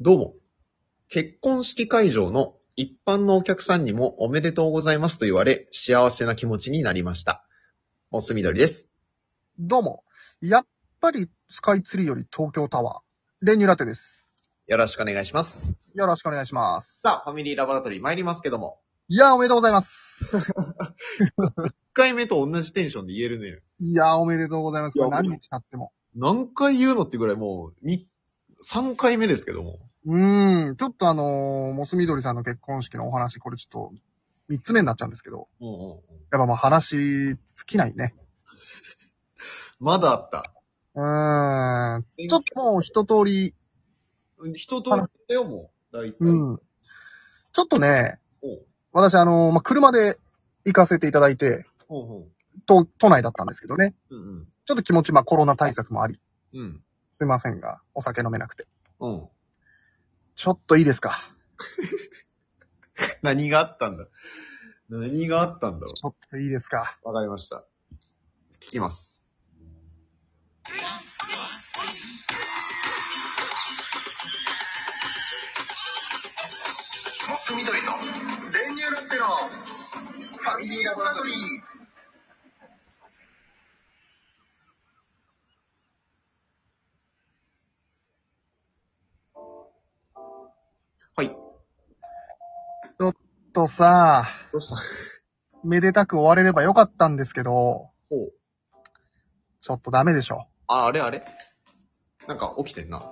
どうも。結婚式会場の一般のお客さんにもおめでとうございますと言われ、幸せな気持ちになりました。モスみどりです。どうも。やっぱりスカイツリーより東京タワー。練乳ラテです。よろしくお願いします。よろしくお願いします。さあ、ファミリーラボラトリー参りますけども、いやー、おめでとうございます。 1回目と同じテンションで言えるね。いやー、おめでとうございます。いこやれ何日経っても。何回言うのってぐらいもう、に、3回目ですけども。うーん。ちょっとあのー、モスみどりさんの結婚式のお話、これちょっと、三つ目になっちゃうんですけど。うんうんうん、やっぱまあ話、尽きないね。まだあった。うーん。ちょっともう一通り、人と言ったよ、もう。大体。うん。ちょっとね、おう私あのー、まあ、車で行かせていただいて、ほうほ都、都内だったんですけどね。う。うんちょっと気持ち、まあコロナ対策もあり、うん。うん。すいませんが、お酒飲めなくて。うん。ちょっといいですか何があったんだ何があったんだろちょっといいですかう。わかりました。聞きます。モス緑の練乳ラテのファミリーラボラトリー。はい。とさ、どうしためでたく終われればよかったんですけど、ほう。ちょっとダメでしょ。あ、あれあれなんか起きてんな。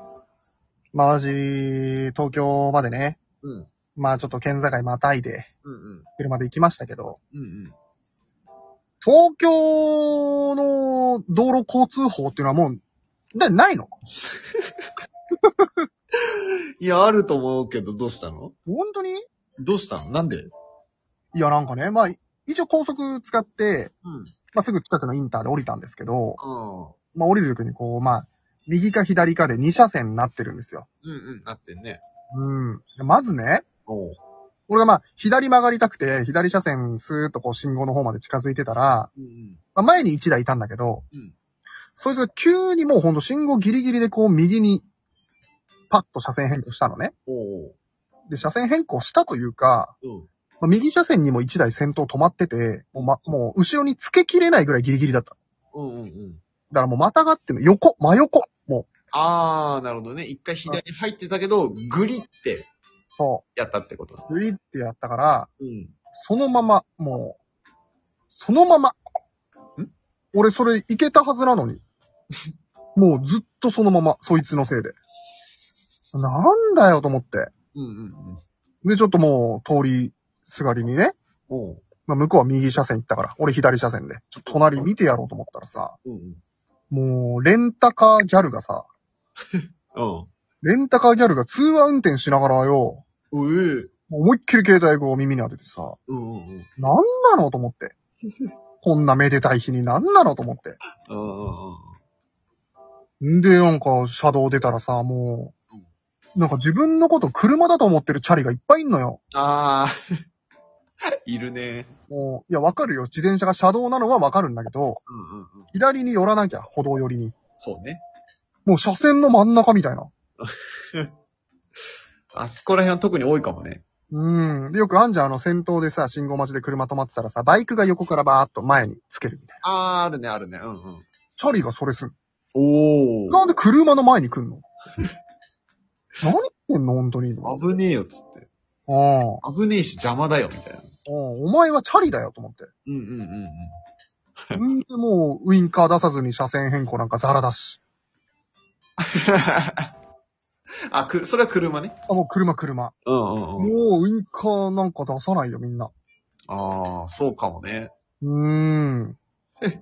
まあ、私、東京までね、うん。まあちょっと県境またいで、うんうん。車で行きましたけど、うんうん。東京の道路交通法っていうのはもう、だないのいや、あると思うけど、どうしたの本当にいどうしたのなんでや、なんかね、まあ、一応高速使って、うん。まあ、すぐ近くのインターで降りたんですけど、ああ。まあ、降りるときにこう、まあ、右か左かで2車線になってるんですよ。うんうん。なってんね。うん。まずね、おう。俺がまあ、左曲がりたくて、左車線スーッとこう信号の方まで近づいてたら、うんうん。まあ、前に1台いたんだけど、うんそいつが急にもうほんと信号ギリギリでこう右に、パッと車線変更したのね。おう。で、車線変更したというか、うん。まあ右車線にも1台先頭止まってて、もうま、もう後ろに付けきれないぐらいギリギリだった。うんうんうん。だからもうまたがってんの、横、真横、もう、ああ、なるほどね。一回左に入ってたけど、グリってそやったってこと。う、グリってやったから、うん。そのまま、もう、そのまま。ん俺それいけたはずなのに。 もうずっとそのまま、そいつのせいで。なんだよと思って。うんうんうん。で、ちょっともう通りすがりにね、おう。まあ、向こうは右車線行ったから、俺左車線で、ちょっと隣見てやろうと思ったらさ、うんうん。もう、レンタカーギャルがさ、うん。レンタカーギャルが通話運転しながらよ、うえ。思いっきり携帯を耳に当ててさ、うんうんうん。なんなのと思って。こんなめでたい日になんなのと思って。うんうんうん。んで、なんか、車道出たらさ、もうんう、なんか自分のこと車だと思ってるチャリがいっぱいいんのよ。ああ。いるね。もう、いや、わかるよ。自転車が車道なのはわかるんだけど、うんうんうん。左に寄らなきゃ、歩道寄りに。そうね。もう車線の真ん中みたいな。あそこら辺は特に多いかもね。うん。で、よくあんじゃん、あの、先頭でさ、信号待ちで車止まってたらさ、バイクが横からバーっと前につけるみたいな。ああ、あるね、あるね。うんうん。チャリがそれする。おなんで車の前に来ん の何言ってんの本当に。あ危ねえよ、つって。あ。危ねえし邪魔だよ、みたいな。うんお前はチャリだよ、と思って。 うんうんうんうん。うんで、もう、ウインカー出さずに車線変更なんかザラだし。あ、く、それは車ね。あ、もう車車。うんうんうん。もうウインカーなんか出さないよ、みんな。ああ、そうかもね。うーん。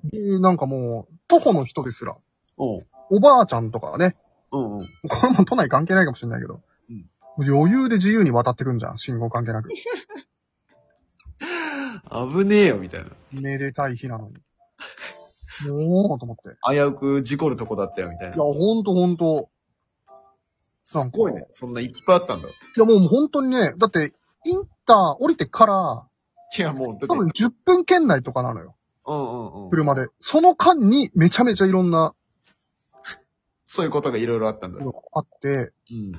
で、なんかもう、徒歩の人ですら、おう。おばあちゃんとかはね、うんうん。これも都内関係ないかもしれないけど、うん余裕で自由に渡ってくんじゃん、信号関係なく。危ねえよ、みたいな。めでたい日 なのに。もう、と思って。危うく事故るとこだったよ、みたいいや、な。ほんとほんと。すごいね。そんないっぱいあったんだ。いや、もう本当にね、だって、インター降りてから、いや、もう、だって。多分10分圏内とかなのよ、うんうんうん。車で。その間にめちゃめちゃいろんなそういうことがいろいろあったんだ。のがあって、うん。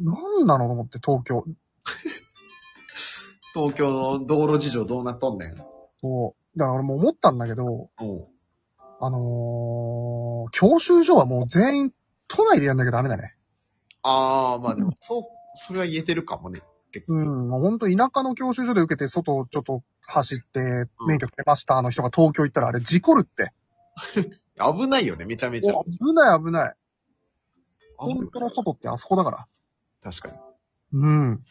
何なのと思って、東京。東京の道路事情どうなっとんねん。そう。だから俺も思ったんだけど、うん。あのー、教習所はもう全員都内でやんなきゃダメだね。ああ、まあでも、そう、それは言えてるかもね。結う構。ん。もうほんと田舎の教習所で受けて、外ちょっと走って、うん免許取れました、あの人が東京行ったらあれ事故るって。危ないよね、めちゃめちゃ。危ない危ない。危本当ないの外ってあそこだから。確かに。うん。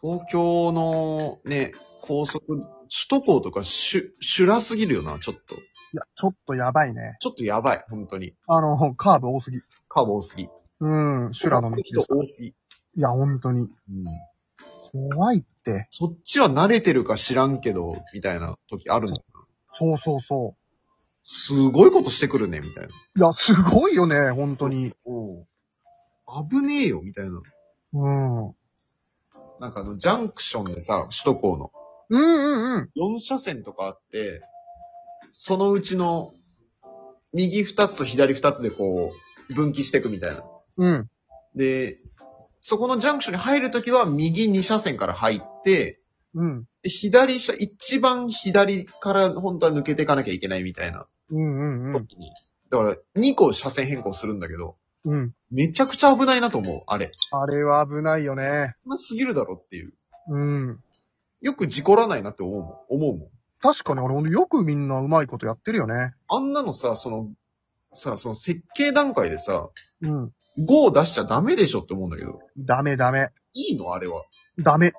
東京のね、高速、首都高とかしゅ、修羅すぎるよな、ちょっと。いや、ちょっとやばいね。ちょっとやばい、本当に。あの、カーブ多すぎ。カーブ多すぎ。うん。修羅の道で人す。多すぎ。いや、本当に。うん。怖いって。そっちは慣れてるか知らんけど、みたいな時あるの。そうそうそすごいことしてくるね、みたいな。う。いや、すごいよね、本当に。うん。危ねえよ、みたいな。うん。うんなんかあの、ジャンクションでさ、首都高の。うんうん。 4車線とかあって、そのうちの、右2つと左2つでこう、分岐していくみたいな。うん。で、そこのジャンクションに入るときは、右2車線から入って、うん。で左車、一番左から本当は抜けていかなきゃいけないみたいなうんうんうん。時に。だから、2個車線変更するんだけど、うん。めちゃくちゃ危ないなと思う、あれ。あれは危ないよね。危なすぎるだろっていう。うん。よく事故らないなって思うもん。思うもん。確かに俺、ほんとよくみんなうまいことやってるよね。あんなのさ、その、さ、その設計段階でさ、うん。 5を出しちゃダメでしょって思うんだけど。ダメダメ。いいのあれは。ダメ。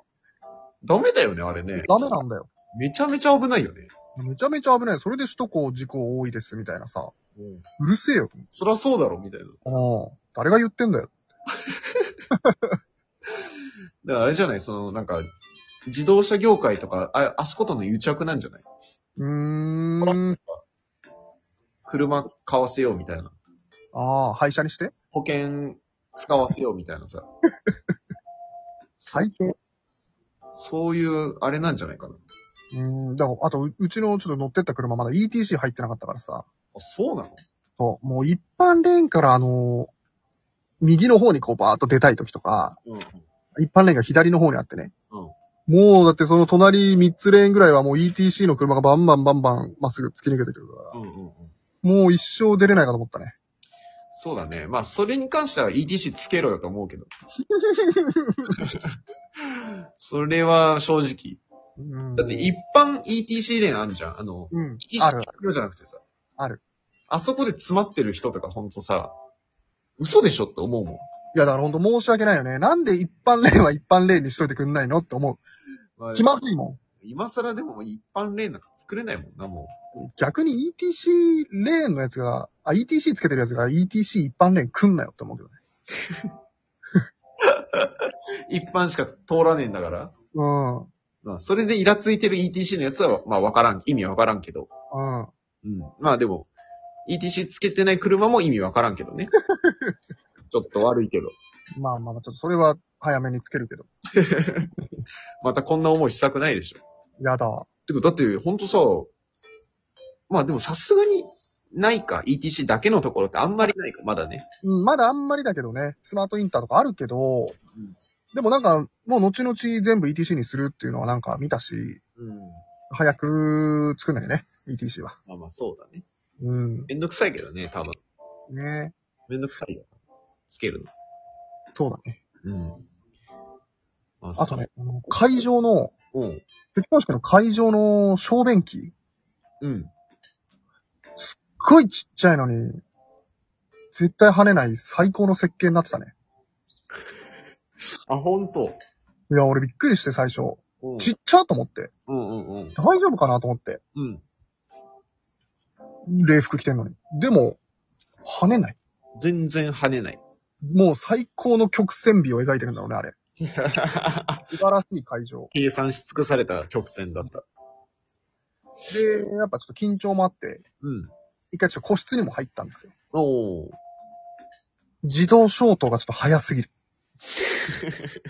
ダメだよね、あれね。ダメなんだよ。めちゃめちゃ危ないよね。めちゃめちゃ危ない。それで首都高事故多いです、みたいなさ。うるせえよ。そりゃそうだろ、みたいな。うん。誰が言ってんだよ。だからあれじゃないその、なんか、自動車業界とか、あ、あそことの癒着なんじゃないうーん。車買わせようみたいな。ああ、廃車にして。保険使わせようみたいな さ。最低。そういう、あれなんじゃないかな。うん。だから、あとう、うちのちょっと乗ってった車まだ ETC 入ってなかったからさ。あ、そうなのそう。もう一般レーンからあのー右の方にこうバーっと出たい時とか、うん。一般レーンが左の方にあってね。うんもうだってその隣3つレーンぐらいはもう ETC の車がバンバンバンバンまっすぐ突き抜けてくるから、うんうんうん。もう一生出れないかと思ったね。そうだね。まあ、それに関しては ETC つけろよと思うけど。 それは正直。うんだって一般 ETC レーンあんじゃん。あの、うん。 ETC ある。じゃなくてさ。ある。あそこで詰まってる人とかほんとさ、嘘でしょって思うもん。いや、だからほんと申し訳ないよね。なんで一般レーンは一般レーンにしといてくんないのって思まう。あ気まずいも今更でも一般レーンなんか作れないもんな、もん。逆に ETC レーンのやつが、あ、ETC つけてるやつが ETC 一般レーン来んなよって思うけどね。う。一般しか通らねえんだから。うん。まあ、それでイラついてる ETC のやつは、まあ、わからん。意味わからんけど。ううん。ん。まあでも、ETC つけてない車も意味わからんけ どね。ちょっと悪いけど。まあまあまあ、ちょっとそれは早めにつけるけど。またこんな思いしたくないでしょ。やだわ。てか、だって、ほんとさ、まあでもさすがにないか、ETC だけのところってあんまりないか、まだね。うん、まだあんまりだけどね、スマートインターとかあるけど、んでもなんか、もう後々全部 ETC にするっていうのはなんか見たし、うん。早く作んないね、ETC は。まあまあそうだね。うん。めんどくさいけどね、多分。ねめんどくさいよ。つけるそうだね。の。うん。まあとね、あの会場その、う。うん。結婚式の会場の小便器、すっうん。ごいちっちゃいのに、絶対跳ねない最高の設計になってたね。あ、ほんと。いや、俺びっくりして最初。うんちっちゃと思って。うんうんうん。大丈夫かなと思って。うん。礼服着てんのに。でも、跳ねない。全然跳ねない。 もう最高の曲線美を描いてるんだろうね、あれ。素晴らしい会場。計算し尽くされた曲線だった。で、やっぱちょっと緊張もあって、うん。一回ちょっと個室にも入ったんですよ。おー。自動消灯がちょっと早 すぎる。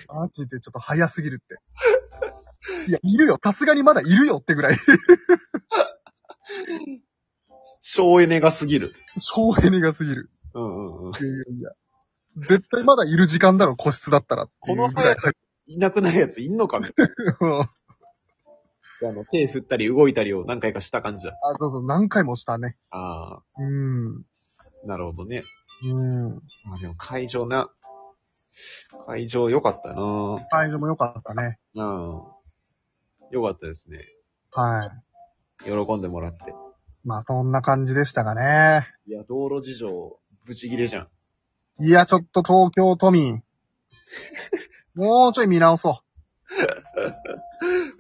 マジでちょっと早すぎるって。いや、いるよ。さすがにまだいるよってぐらい。省エネが過ぎる。省エネがすぎる。うんうんうん。いやいやいや。絶対まだいる時間だろ、個室だったらっていうぐらい。この早いなくなるやついんの かねうんあの、手振ったり動いたりを何回かした感じだ。あ、そうそう、何回もしたね。あうん。うあ、なるほどね。ん。あでも会場な、会場良かったな会場も良かったね。うん。良かったですね。は喜んでもらって。い。まあ、そんな感じでしたがね。いや、道路事情、ブチギレじゃん。いや、ちょっと東京都民。 もうちょい見直そ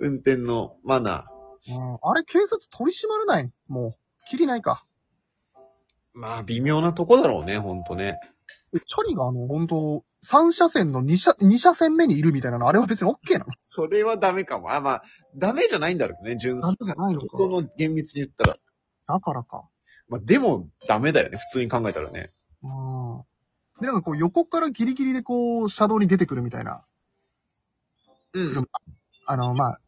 運転のマナー。う。うん、あれ、警察取り締まらないもう。きりないか。まあ、微妙なとこだろうね、ほんとね。え、チャリがあの、本当三車線の二車、二車線目にいるみたいなの、あれは別に OK なのそれはダメかも。あ、まあ、ダメじゃないんだろうね、純粋ダメじゃないのか本当の厳密に言ったら。だからか。まあ、でも、ダメだよね、普通に考えたらね。うん。で、なんかこう、横からギリギリでこう、車道に出てくるみたいな。うんうんあの、まあ、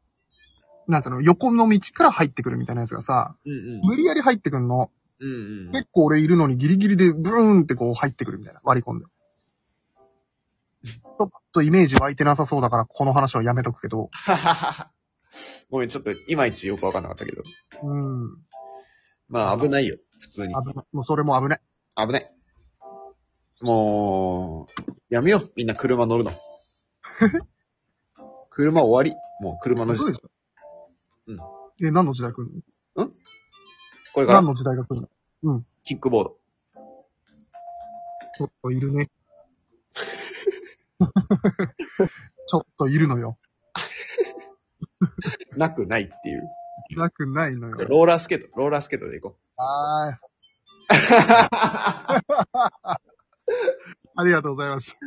なんつうの、横の道から入ってくるみたいなやつがさ、うん。無理やり入ってくんの。うんうん。結構俺いるのにギリギリでブーンってこう入ってくるみたいな、割り込んで。ちょっとイメージ湧いてなさそうだから、この話はやめとくけど。 ごめん、ちょっと、いまいちよくわかんなかったけど。うん。まあ、危ないよ、普通に。危ない。もうそれも危ない。危ない。もう、やめよう、みんな車乗る の。車終わり。もう車の時そう代で。すえ、何の時代来るこれのから何、の時代が来るのキックボード。ちょっとい るね。ちょっといるのよ。なくないっていう。なくない のよ。ローラースケート、ローラースケートで行こ はーい。う。ありがとうございました。